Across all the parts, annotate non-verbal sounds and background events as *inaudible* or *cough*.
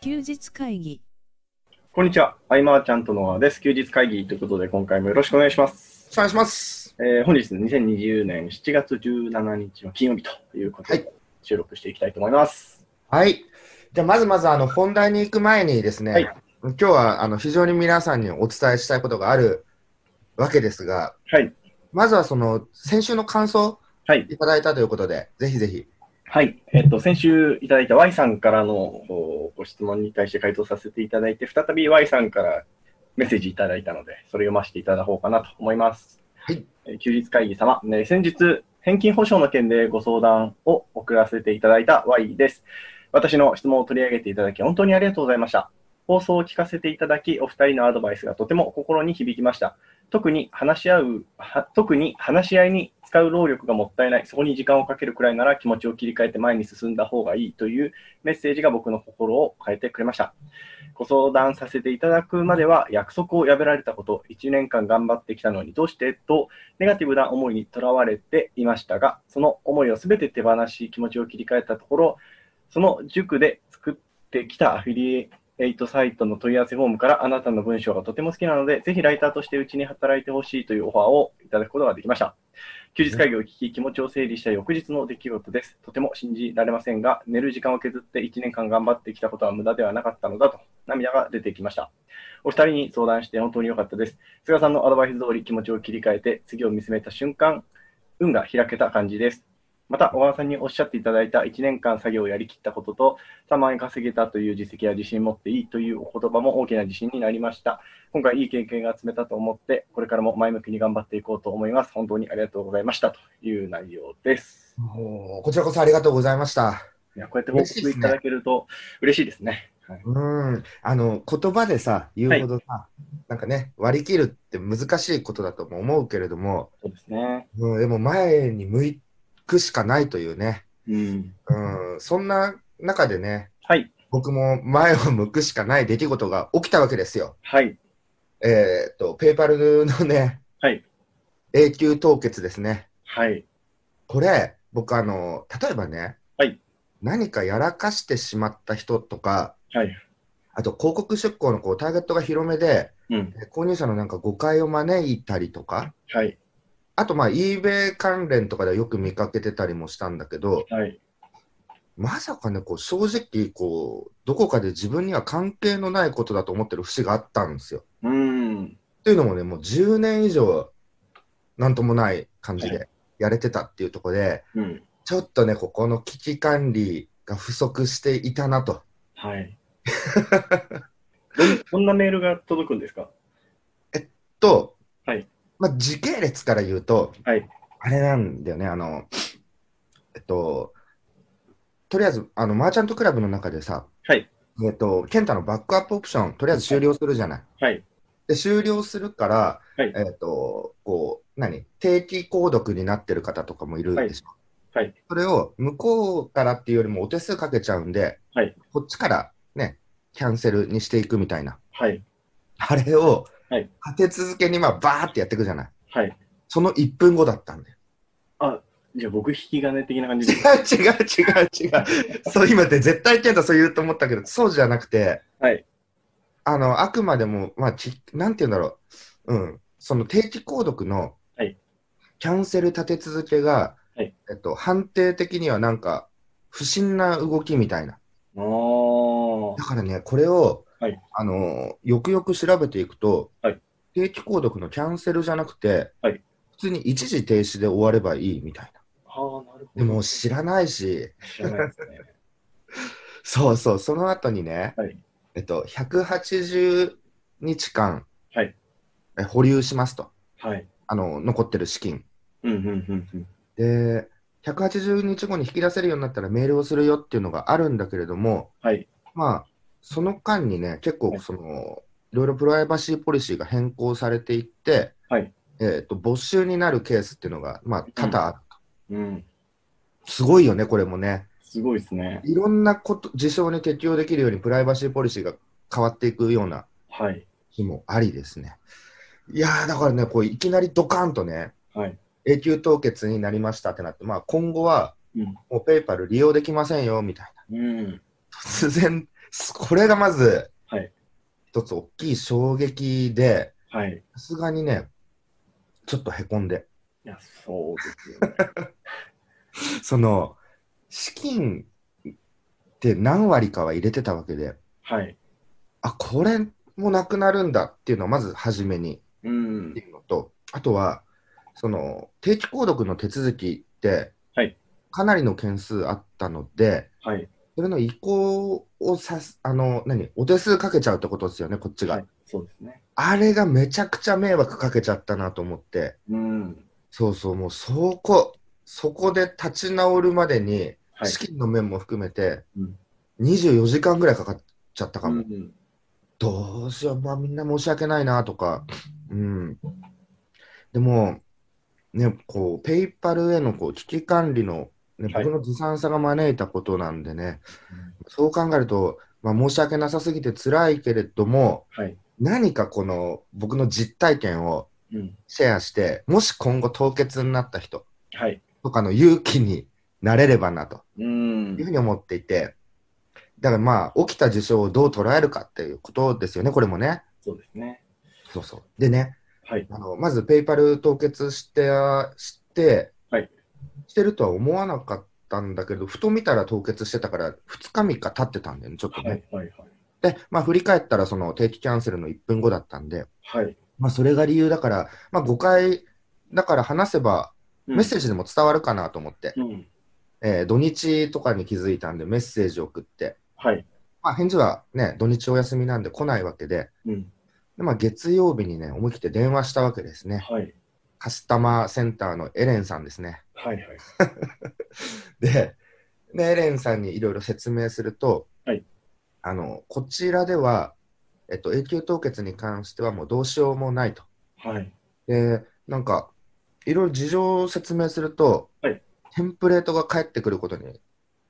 休日会議こんにちは。アイマーちゃんとノアです。休日会議ということで、今回もよろしくお願いします。お願いします。えー本日2020年7月17日の金曜日ということで、は収録していきたいと思います。はい。じゃあ、まずまず、あの、本題に行く前にですね、はい今日は、あの、非常に皆さんにお伝えしたいことがあるわけですが、はい。まずは、その、先週の感想、はい。いただいたということで、ぜひぜひ。はい。えっと、先週いただいた Y さんからのおご質問に対して回答させていただいて、再び Y さんからメッセージいただいたので、それを読ませていただこうかなと思います。はいえー。休日会議様、ね、先日、返金保証の件でご相談を送らせていただいた Y です。私の質問を取り上げていただき、本当にありがとうございました。放送を聞かせていただき、お二人のアドバイスがとても心に響きました。特に話し合う、は特に話し合いに使う労力がもったいない、そこに時間をかけるくらいなら気持ちを切り替えて前に進んだ方がいいというメッセージが僕の心を変えてくれました。ご相談させていただくまでは約束を破られたこと、1年間頑張ってきたのにどうしてとネガティブな思いにとらわれていましたが、その思いを全て手放し、気持ちを切り替えたところ、その塾で作ってきたアフィリエエイトサイトの問い合わせフォームからあなたの文章がとても好きなので、ぜひライターとしてうちに働いてほしいというオファーをいただくことができました。休日会議を聞き、気持ちを整理した翌日の出来事です。とても信じられませんが、寝る時間を削って1年間頑張ってきたことは無駄ではなかったのだと、涙が出てきました。お二人に相談して本当に良かったです。菅さんのアドバイス通り気持ちを切り替えて、次を見つめた瞬間、運が開けた感じです。また、小川さんにおっしゃっていただいた1年間作業をやりきったことと、3万円稼げたという実績や自信を持っていいというお言葉も大きな自信になりました。今回いい経験が積めたと思って、これからも前向きに頑張っていこうと思います。本当にありがとうございましたという内容です。もうこちらこそありがとうございました。いやこうやって報告いただけると嬉しいですね。はい、うん。あの、言葉でさ、言うほどさ、なんかね、割り切るって難しいことだとも思うけれども、そうですね。うん、でも前に向くしかないというね、うん。うん、そんな中でね、はい。僕も前を向くしかない出来事が起きたわけですよ。はい。えーっと、ペイパルのね、はい永久凍結ですね。はい。これ、僕、あの、例えばね、はい何かやらかしてしまった人とか、はい。あと広告出稿のこうターゲットが広めで、うん。えー購入者のなんか誤解を招いたりとか、はい。あと、まあ、eBay 関連とかではよく見かけてたりもしたんだけど、はい。まさかね、こう正直こう、どこかで自分には関係のないことだと思ってる節があったんですよ。うん。というのもね、もう10年以上、なんともない感じでやれてたっていうところで、うん。ちょっとね、ここの危機管理が不足していたなと。はい。どん *laughs* どんなメールが届くんですかと、はいまあ、時系列から言うと、はいあれなんだよね、あの、えっと、とりあえず、あの、マーチャントクラブの中でさ、はいえっと、ケンタのバックアップオプション、とりあえず終了するじゃない。はい。で、終了するから、はいえっと、こう、何定期購読になってる方とかもいるでしょ。はいはいそれを向こうからっていうよりもお手数かけちゃうんで、はいこっちからね、キャンセルにしていくみたいな。はい。 *laughs* あれを、はい立て続けにまあバーってやっていくじゃない。はい。その1分後だったんだよ。 *laughs* あ、じゃあ僕引き金的な感じ違でう。違う違う違う。そう今って絶対健太そう言うと思ったけど、そうじゃなくて、はい。あの、あくまでも、まあ、きなんて言うんだろう。うん。その定期購読の、はいキャンセル立て続けが、はいえっと、判定的にはなんか、不審な動きみたいな。おーだ。からね、これを、はいあのよくよく調べていくと、はい定期購読のキャンセルじゃなくて、はい普通に一時停止で終わればいいみたいな。あーなるほど。でも知らないし、 *laughs* 知らないですね。そうそう、その後にね、はい。えっと、180日間、はいえ保留しますとはい。あの、残ってる資金。うんうんうんうん。で、180日後に引き出せるようになったらメールをするよっていうのがあるんだけれども、はい。まあ、その間にね、結は構いその、いろいろプライバシーポリシーが変更されていって、はいえー、と没収になるケースっていうのが、まあ、多々ある、うん。すごいよね、これもね。すごいですね。いろんなこと事象に適用できるようにプライバシーポリシーが変わっていくようなはい。日もありですね。いやー、だからね、こういきなりドカンとね、はい。永久凍結になりましたってなって、まあ、今後はうん。もうペイパル利用できませんよみたいな、うん。突然これがまず、はい一つ大きい衝撃で、はい。さすがにね、ちょっとへこんで、いや、そうですよね。その、資金って何割かは入れてたわけで、はい。あ、これもなくなるんだっていうのをまず初めにうんって。いうのと、あとは、その定期購読の手続きって、はいかなりの件数あったので、はい。それの移行をさす、あの、何、お手数かけちゃうってことですよね、こっちが。はい。そうですね。あれがめちゃくちゃ迷惑かけちゃったなと思って、うん。そうそう、もうそこ、そこで立ち直るまでに、はい。資金の面も含めてうん、 24時間ぐらいかかっちゃったかうも。んどうしよう、まあ、みんな申し訳ないなとか、うん。でも、ね、こう、ペイパルへのこう危機管理の、ね、はい僕のずさんさが招いたことなんでね、そう考えると、まあ、申し訳なさすぎて辛いけれども、はい。何かこの僕の実体験をうん。シェアして、もし今後凍結になった人はい。とかの勇気になれればなとう。いうふうんに思っていて、だからまあ、起きた事象をどう捉えるかっていうことですよね、これもね。そうですね。そうそう。でね、はい。あのまず、ペイパル凍結して、して、はいしてるとは思わなかったんだけど、ふと見たら凍結してたから、2日3日経ってたんだよね、ちょっとはいね。。はい。で、まあ、振り返ったら、その定期キャンセルの1分後だったんで、はい。まあ、それが理由だから、まあ、誤解だから話せば、メッセージでも伝わるかなと思って、うん。えー土日とかに気づいたんで、メッセージ送って、はい。まあ、返事はね、土日お休みなんで来ないわけで、うん。でまあ、月曜日にね、思い切って電話したわけですね。はい。カスタマーセンターのエレンさんですね。はい。はい。で、でエレンさんにいろいろ説明すると、はいあの、こちらでは、えっと、永久凍結に関してはもうどうしようもないと。はい。で、なんか、いろいろ事情を説明すると、はいテンプレートが返ってくることに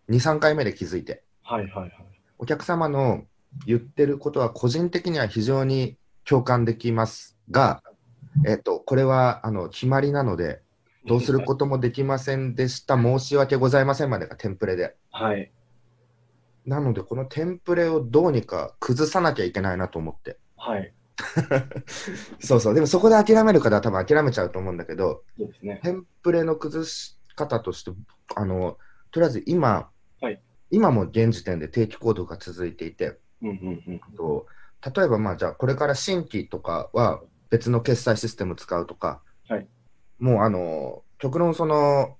2、3回目で気づいて、はい。はい。お客様の言ってることは個人的には非常に共感できますが、えっと、これはあの決まりなので、どうすることもできませんでした、申し訳ございませんまでがテンプレで。はい。なので、このテンプレをどうにか崩さなきゃいけないなと思って。はい。そうそう、でもそこで諦める方は多分諦めちゃうと思うんだけど、そうですね。テンプレの崩し方として、あのとりあえず今、はい今も現時点で定期行動が続いていて、うん。うん。うん。と例えばまあじゃあこれから新規とかは別の決済システム使うとか、はいもうあの極論その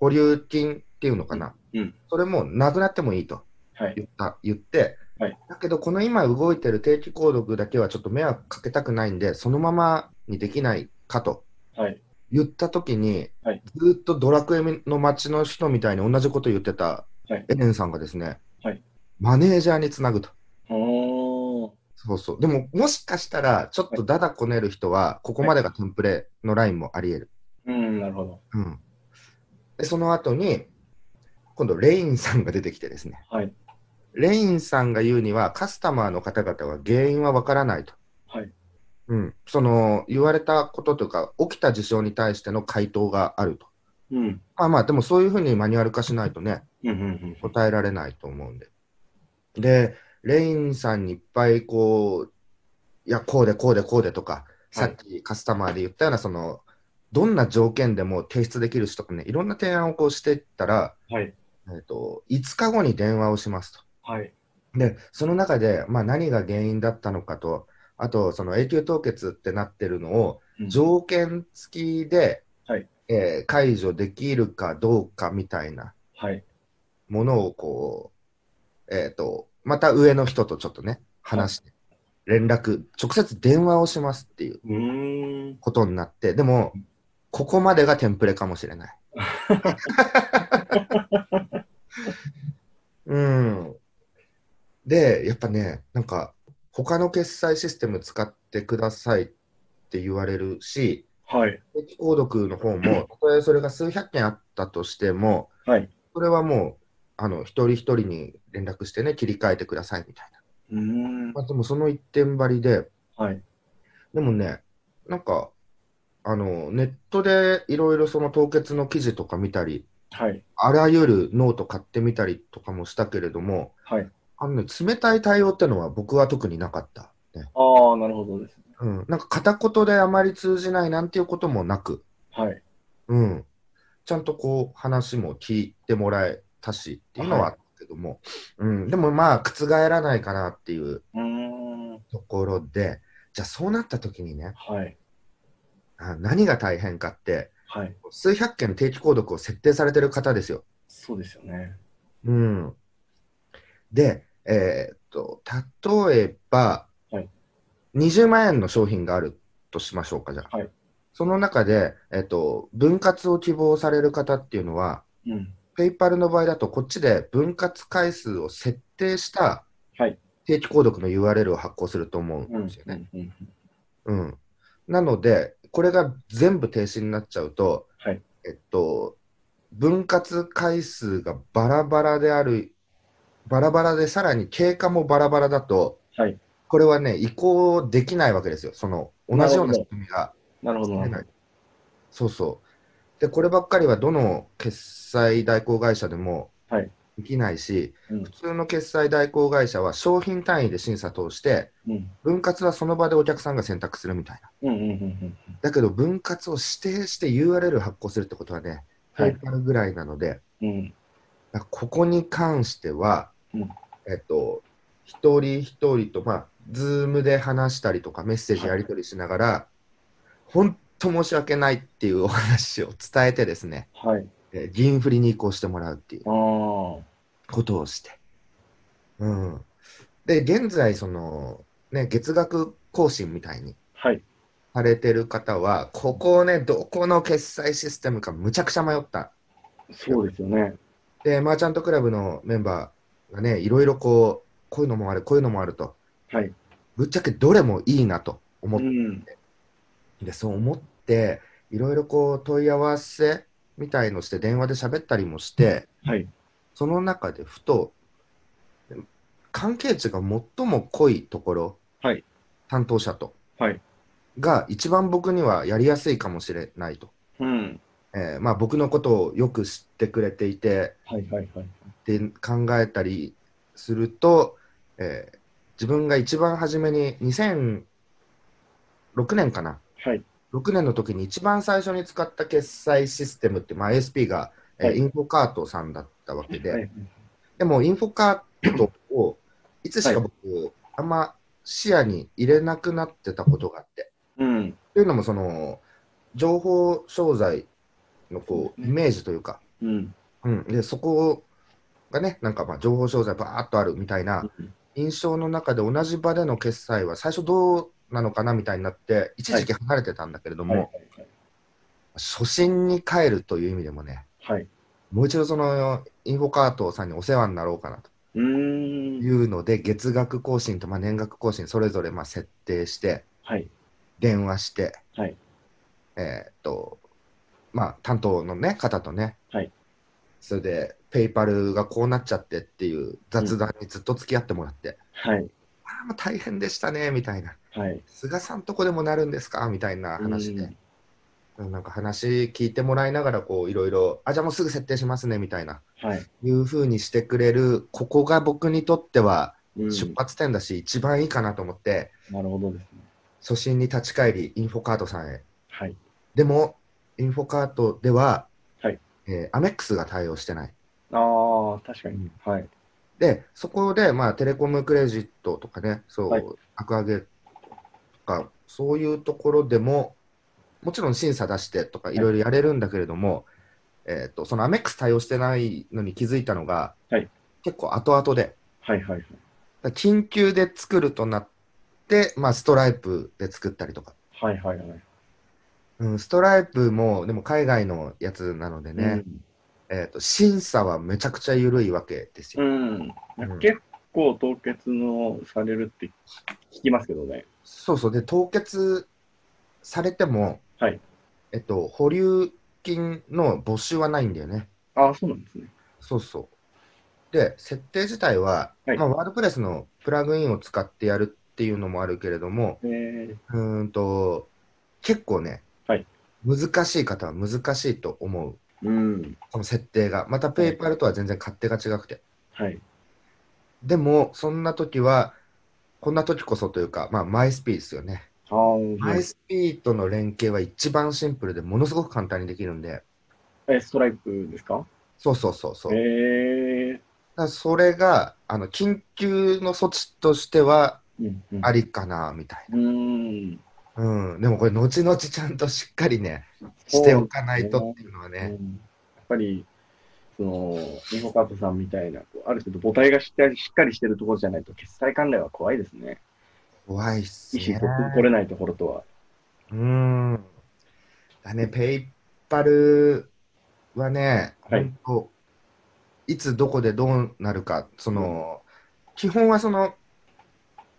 保留金っていうのかな、うん。それもなくなってもいいとはい。言った言って、はいだけどこの今動いてる定期購読だけはちょっと迷惑かけたくないんでそのままにできないかとはい。言った時に、はいずーっとドラクエの街の人みたいに同じこと言ってたはいエレンさんがですね、はいマネージャーにつなぐと。おー。そうそう。でも、もしかしたら、ちょっとダダこねる人は、ここまでがテンプレのラインもあり得る。うん。なるほど。うん。で、その後に、今度、レインさんが出てきてですね。はい。レインさんが言うには、カスタマーの方々は原因はわからないと。はい。うん。その、言われたことというか、起きた事象に対しての回答があると。うん。まあまあ、でもそういうふうにマニュアル化しないとね、うん。うん。答えられないと思うんで。で、レインさんにいっぱいこう、いや、こうでこうでこうでとか、さっきカスタマーで言ったような、その、どんな条件でも提出できるしとかね、いろんな提案をこうしていったら、はい。えっと、5日後に電話をしますと。はい。で、その中で、まあ、何が原因だったのかと、あと、その永久凍結ってなってるのを、条件付きで、はいえー解除できるかどうかみたいなはい。ものをこう、えっ、と、また上の人とちょっとね、話して、連絡、直接電話をしますっていううーん。ことになって、でも、ここまでがテンプレかもし *laughs* れない。うん。で、やっぱね、なんか、他の決済システム使ってくださいって言われるし、はい。定期購読の方 *laughs* も、たとえそれが数百件あったとしても、はい。それはもう、あの、一人一人に連絡してね、切り替えてくださいみたいな。うーん。まあ、でもその一点張りで、はい。でもね、なんか、あの、ネットでいろいろその凍結の記事とか見たり、はい。あらゆるノート買ってみたりとかもしたけれども、はい。あのね、冷たい対応ってのは僕は特になかった、ねああ、なるほどですね。うん。なんか片言であまり通じないなんていうこともなく、はい。うん、ちゃんとこう話も聞いてもらえたしっていうのはあったけども、うん、でもまあ覆らないかなっていううーん。ところでじゃあそうなった時にねはい。あ何が大変かってはい。数百件の定期購読を設定されてる方ですよ。そうですよね。うん、で、えーっと例えば、はい20万円の商品があるとしましょうかじゃあ、はいその中で、えーっと分割を希望される方っていうのはうん。ペイパルの場合だと、こっちで分割回数を設定したはい定期購読の URL を発行すると思ううんんですよね。。うんうんうんなので、これが全部停止になっちゃうと、はいえっと、分割回数がバラバラである、バラバラで、さらに経過もバラバラだと、はいこれはね、移行できないわけですよ、その同じような仕組みが。なるほど、な出るほなどい。そうそう。で、こればっかりはどの決済代行会社でもはいできないし、うん普通の決済代行会社は商品単位で審査通して、うん。分割はその場でお客さんが選択するみたいな。うんうんうんうん。だけど、分割を指定して URL 発行するってことはね、はいペイパルぐらいなので、うん。だからここに関しては、うんえっと、一人一人と、まあ、ズームで話したりとか、メッセージやり取りしながら、本当申し訳ないっていうお話を伝えてですね、はい。えー議員振りに移行してもらうっていうああ。ことをして。うん。で、現在、その、ね、月額更新みたいにはい。されてる方は、ここをね、どこの決済システムかむちゃくちゃ迷った。そうですよね。で、マーチャントクラブのメンバーがね、いろいろこう、こういうのもある、こういうのもあると、はい。ぶっちゃけどれもいいなと思うって、ん。でそう思って、いろいろこう問い合わせみたいのして、電話で喋ったりもして、はい。その中でふと、関係値が最も濃いところ、はい担当者と、はいが一番僕にはやりやすいかもしれないと、うん。えーまあ、僕のことをよく知ってくれていて、はいはいはい。って考えたりすると、えー自分が一番初めに2006年かなはい。 6年の時に一番最初に使った決済システムって、まあ、ASP が、えーはいインフォカートさんだったわけで、はい。でもインフォカートをいつしか僕、あんま視野に入れなくなってたことがあって。うん。というのもその情報商材のこうイメージというか、うん。うん、でそこがね、なんかまあ情報商材ばーっとあるみたいな印象の中で、同じ場での決済は最初どうなのかなみたいになって、一時期離れてたんだけれども、はいはいはい。初心に帰るという意味でもね、はい。もう一度そのインフォカートさんにお世話になろうかなとうーいん。うので、月額更新とまあ年額更新、それぞれまあ設定して、はい。電話して、はいえーっと、まあ、担当の、ね、方とね、はいそれで、ペイパルがこうなっちゃってっていう雑談にずっと付き合ってもらって、はい。ああ、もう大変でしたね、みたいな、はい。菅さんとこでもなるんですかみたいな話うでん、なんか話聞いてもらいながら、こう、いろいろ、あ、じゃあもうすぐ設定しますね、みたいな、はい。いうふうにしてくれる、ここが僕にとってはうん出発点だし、一番いいかなと思って、なるほどですね。初心に立ち返り、インフォカードさんへはい。でも、インフォカートでは、はいえーアメックスが対応してない。ああ、確かに。はい。で、そこで、まあ、テレコムクレジットとかね、そう、はいアクアゲとか、そういうところでも、もちろん審査出してとか、いいろいろやれるんだけれども、えっと、そのアメックス対応してないのに気づいたのが、はい結構後々で、はいはいはい。だから緊急で作るとなって、まあ、ストライプで作ったりとか、はいはいはい。うん、ストライプも、でも海外のやつなのでね、えー、と審査はめちゃくちゃ緩いわけですうよ。ん。うん。結構凍結のされるって聞きますけどね。そうそうで凍結されても、はいえっと、保留金の没収はないんだよね。ああ、そうなんですね。そうそうで設定自体は、はいまあ、ワードプレスのプラグインを使ってやるっていうのもあるけれどもえー、うーんと結構ね、はい難しい方は難しいと思ううん。この設定がまたペイパルとは全然勝手が違くて。はい。でも、そんな時は、こんな時こそというか、まあ、マイスピーですよね。あーマイスピーとの連携は一番シンプルでものすごく簡単にできるんで、え、ストライプですかそうそうそうそう。えー、だからそれが、あの、緊急の措置としてはうん、うん。ありかな、みたいうん。な。うん。でもこれ、後々ちゃんとしっかりね、しておかないとっていうのはうね、んやっぱり、その、ミホカトさんみたいな、こうある程度母体がしっかりしっかりしてるところじゃないと、決済関連は怖いですね。怖いっす意思ね。取れないところとは。うん。だね、ペイパルはね、はい本当、い、つどこでどうなるか、その、基本はその、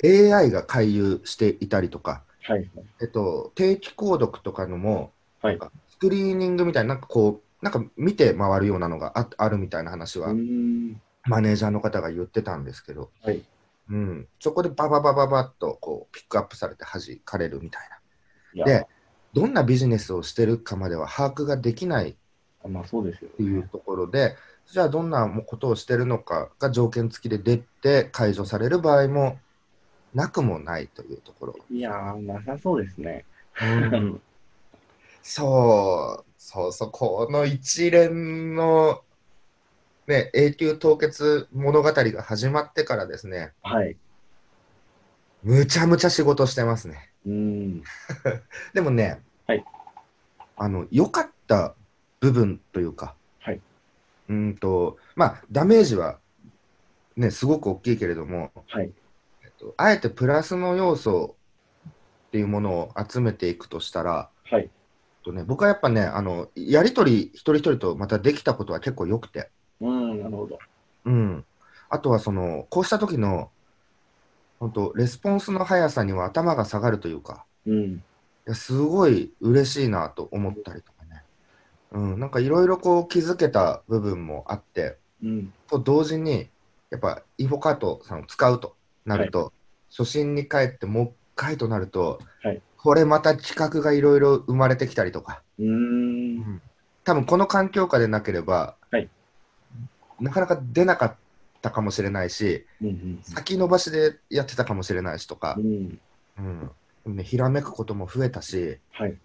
AI が回遊していたりとか、はいはい。えっと、定期購読とかのも、はいなんかスクリーニングみたいな、なんかこう、なんか見て回るようなのがああるみたいな話は、うん。マネージャーの方が言ってたんですけど、はいうん、そこでバババババッとこうピックアップされて弾かれるみたいな。いや、で、どんなビジネスをしてるかまでは把握ができないっまあそうですよていねう。ところで、じゃあどんなことをしてるのかが条件付きで出て解除される場合もなくもないというところ。いやー、なさそうです *laughs* ね。うんそう、そうそう、この一連の、ね、永久凍結物語が始まってからですね、はい。むちゃむちゃ仕事してますね。うん。でもね、はいあの良かった部分というか、はい、うーんと、まあ、ダメージは、ね、すごく大きいけれども、はい。えっと、あえてプラスの要素っていうものを集めていくとしたら、はい。えっとね、僕はやっぱねあの、やり取り一人一人とまたできたことは結構良くて、うん、なるほど。うん、あとはその、こうした時の、本当、レスポンスの速さには頭が下がるというか。うん。いやすごい嬉しいなと思ったりとかね、うん、なんかいろいろこう気づけた部分もあってうん。と同時にやっぱインフォカートさんを使うとなると、初心に帰ってもう一回となると、はいこれまた企画がいろいろ生まれてきたりとかうーん。多分この環境下でなければ、はいなかなか出なかったかもしれないしうん。先延ばしでやってたかもしれないしとかう、ん。うんでもね、ひらめくことも増えたし、はい。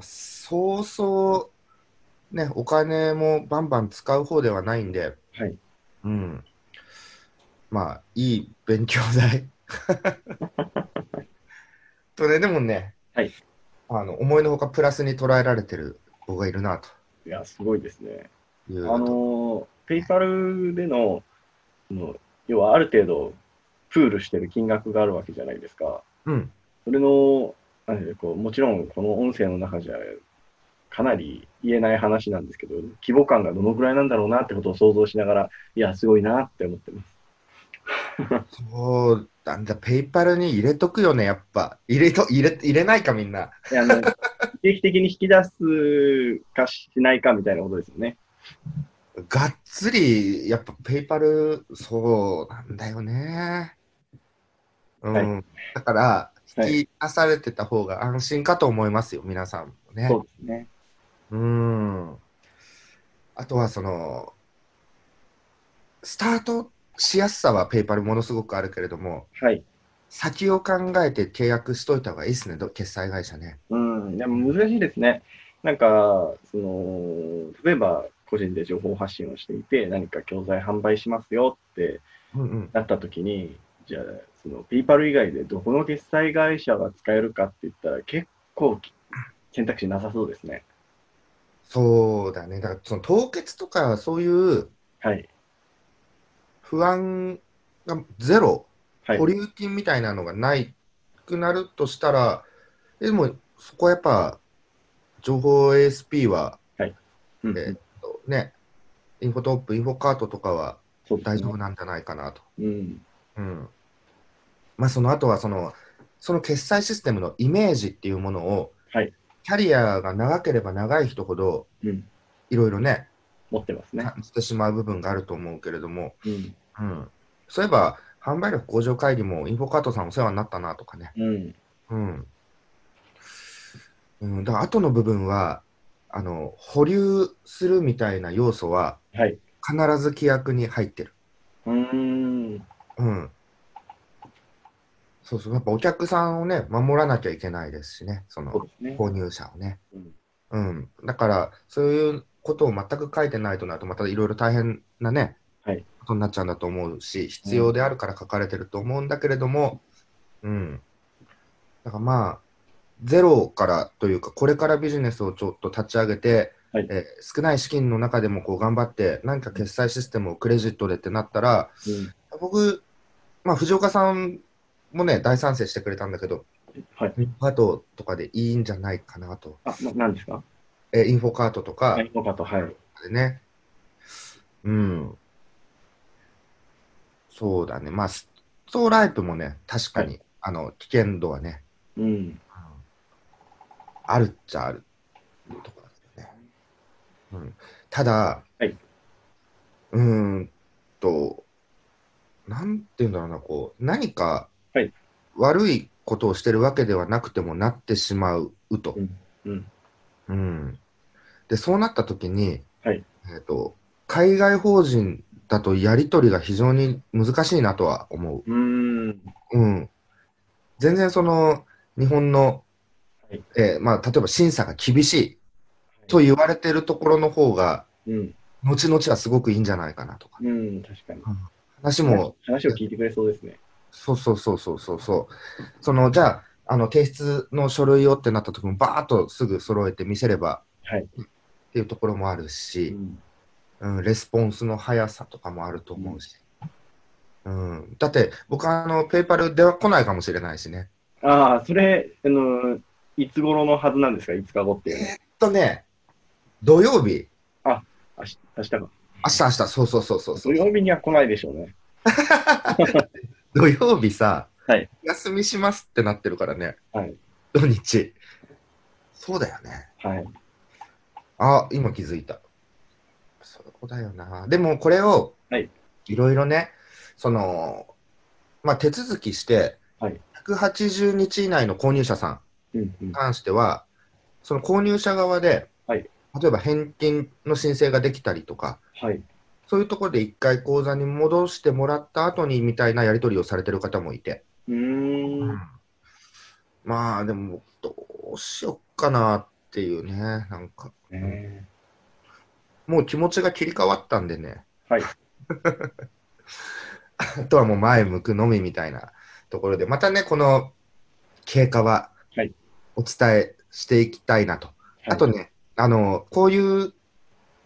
そうそう、ね、お金もバンバン使う方ではないんで、はい。うん。まあ、いい勉強代。 *laughs* とね、でもね、はいあの思いのほかプラスに捉えられてる子がいるなといや、すごいですね。いうあのペイパルでのその要はある程度プールしてる金額があるわけじゃないですか。うん、それのなんでこうもちろんこの音声の中じゃかなり言えない話なんですけど規模感がどのぐらいなんだろうなってことを想像しながらいやすごいなって思ってます。そうなんだ、ペイパルに入れとくよね、やっぱ。入れと入れ入れないか、みんな。いやあの *laughs* 定期的に引き出すかしないかみたいなことですよね。がっつり、やっぱペイパル、そうなんだよね。うん。はだから、は引き出されてた方が安心かと思いますよ、皆さんもね。そうですね。うん。あとは、その、スタートしやすさはペイパルものすごくあるけれども、はい。先を考えて契約しといた方がいいですね、ど決済会社ね。うん、でも難しいですね。なんか、その、例えば個人で情報発信をしていて、何か教材販売しますよってうんうん。なった時に、じゃあ、その、ピーパル以外でどこの決済会社が使えるかって言ったら、結構き選択肢なさそうですね。そうだね。だから、その凍結とか、そういうはい。不安がゼロはい保。留金みたいなのがないくなるとしたら、でもそこはやっぱ情報 ASP は、うんえーっとね、インフォトップ、インフォカートとかはそうですね大丈夫なんじゃないかなと。うん。うんまあ、その後はそのその決済システムのイメージっていうものを、はいキャリアが長ければ長い人ほどうん。いろいろね、持ってますね感。じてしまう部分があると思うけれども、うん。うん、そういえば販売力向上会議もインフォカートさんお世話になったなとかね。うん。うん。うん、だから後の部分は、あの、保留するみたいな要素は、はい。必ず規約に入ってる。うーん。うん。そうそう、やっぱお客さんをね、守らなきゃいけないですしね、そのそうですね。購入者をね。うんうん。だから、そういうことを全く書いてないとなると、またいろいろ大変なね、はいことになっちゃうんだと思うし、必要であるから書かれてると思うんだけれども、うん。だからまあ、ゼロからというか、これからビジネスをちょっと立ち上げて、はいえー少ない資金の中でもこう頑張って、何か決済システムをクレジットでってなったら、うん僕、まあ、藤岡さんもね、大賛成してくれたんだけど、はい。インフォカートとかでいいんじゃないかなと。あ、な何ですかえーインフォカートとかはい、よかった。はい。でね。うん。そうだね。まあ、ストライプもね、確かに、あの、危険度はね、うん。あるっちゃあるとこだけどね。うん、ただ、はい、うーんと、なんていうんだろうな、こう、何かはい悪いことをしてるわけではなくてもなってしまうと。うん。うん、で、そうなった時に、はいえーと、海外法人だとやり取りが非常に難しいなとは思うう。ーん。うん、全然その日本の、はいえーまあ、例えば審査が厳しいと言われてるところの方がうん。後々はすごくいいんじゃないかなとかうん。確かに。話も話を聞いてくれそうですね。そうそうそうそうそうそうそのじゃああの提出の書類をってなった時もバーッとすぐ揃えて見せればはい。っていうところもあるし、うんうん、レスポンスの速さとかもあると思うし、うんだって僕はあのペイパルでは来ないかもしれないしねああ、それ、あの、いつ頃のはずなんですか ?5 日後っていうのは。えっとね土曜日明日明日か。明日明日、そうそうそうそうそ土う。曜日には来ないでしょうね。土曜日さ、はい休みしますってなってるからね、はい。土日。そうだよね。はい。あ、今気づいた。そうだよな。でもこれを、はい、ろいろね、その、まあ、手続きして、はい180日以内の購入者さうんんうんに。関しては、その購入者側で、はい例えば返金の申請ができたりとか、はい。そういうところで一回口座に戻してもらった後にみたいなやり取りをされてる方もいて、うーん。まあでも、どうしよっかなっていうね、なんか、ねもう気持ちが切り替わったんでね、はい。 *laughs* あとはもう前向くのみみたいなところで、またね、この経過ははいお伝えしていきたいなと。はいあとね、あの、こういう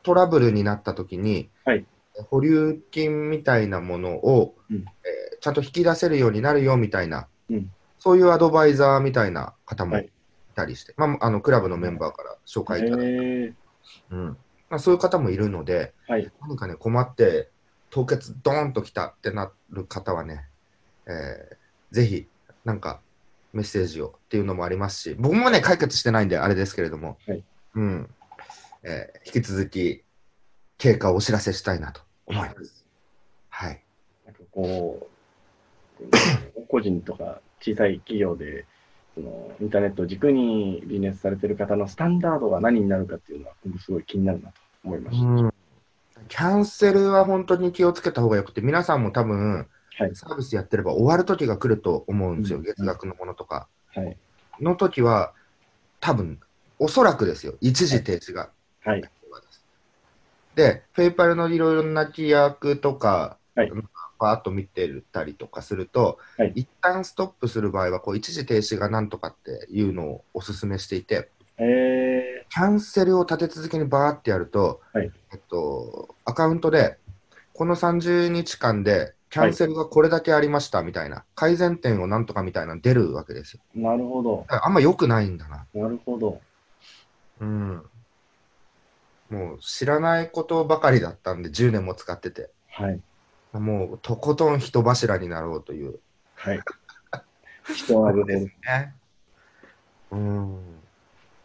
トラブルになったときに、はい保留金みたいなものを、うんえーちゃんと引き出せるようになるよみたいな、うんそういうアドバイザーみたいな方もはいいたりして、まあ、あのクラブのメンバーから紹介いただいて、へえうんまあ、そういう方もいるので、はい何かね、困って、凍結ドーンときたってなる方はね、えーぜひ、なんか、メッセージをっていうのもありますし、僕もね、解決してないんで、あれですけれども、はいうんえー引き続き、経過をお知らせしたいなと思います。はい。なんかこう、個人とか小さい企業で、そのインターネットを軸にビジネスされてる方のスタンダードが何になるかっていうのは、僕すごい気になるなと思いました。うんキャンセルは本当に気をつけた方がよくて、皆さんも多分、はい。サービスやってれば終わる時が来ると思うんですよ、うん月額のものとか。はい。の時は、多分おそらくですよ、一時停止が。はい。で、ペイパルのいろいろな規約とか、はいパーッと見てたりとかすると、はい一旦ストップする場合はこう、一時停止がなんとかっていうのをお勧めしていて、えキャンセルを立て続けにバーってやると、はいえっと、アカウントで、この30日間でキャンセルがこれだけありましたみたいな、改善点をなんとかみたいなの出るわけですよ。ー、なるほどだ。からあんま良くないんだな。なるほど。うん。もう知らないことばかりだったんで、10年も使ってて、はい。もうとことん人柱になろうという。はい。 *laughs* 人はそうですね。うん。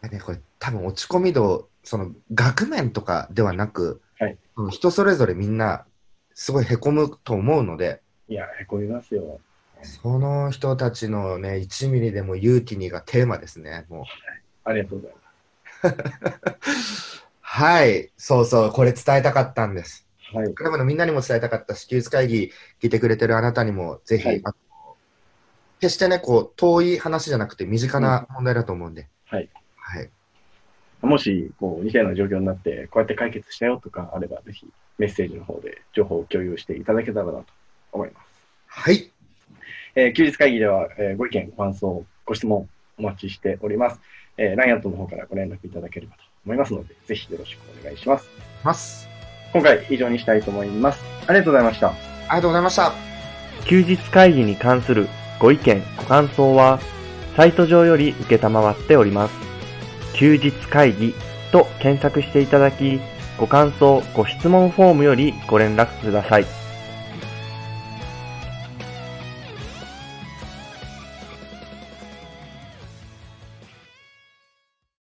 でね、これ多分落ち込み度、その額面とかではなく、はいその人それぞれみんなすごいへこむと思うので、いや、へこみますよ。その人たちのね、1ミリでも勇気にがテーマですね、もう。 *laughs* ありがとうございまはい、そうそう、これ伝えたかったんです。す。はい。クラブのみんなにも伝えたかったし、休日会議聞いてくれてるあなたにも、ぜひ、はいあの決してね、こう、遠い話じゃなくて、身近な問題だと思うんで。はい。はい。もし、こう、似たような状況になって、こうやって解決したよとかあれば、ぜひ、メッセージの方で情報を共有していただけたらなと思います。はい。えー休日会議では、えーご意見、ご感想、ご質問お待ちしております。えー、ラインアットの方からご連絡いただければと思いますので、ぜひよろしくお願いします。ます。今回以上にしたいと思います。ありがとうございました。ありがとうございました。休日会議に関するご意見、ご感想は、サイト上より受けたまわっております。休日会議と検索していただき、ご感想、ご質問フォームよりご連絡ください。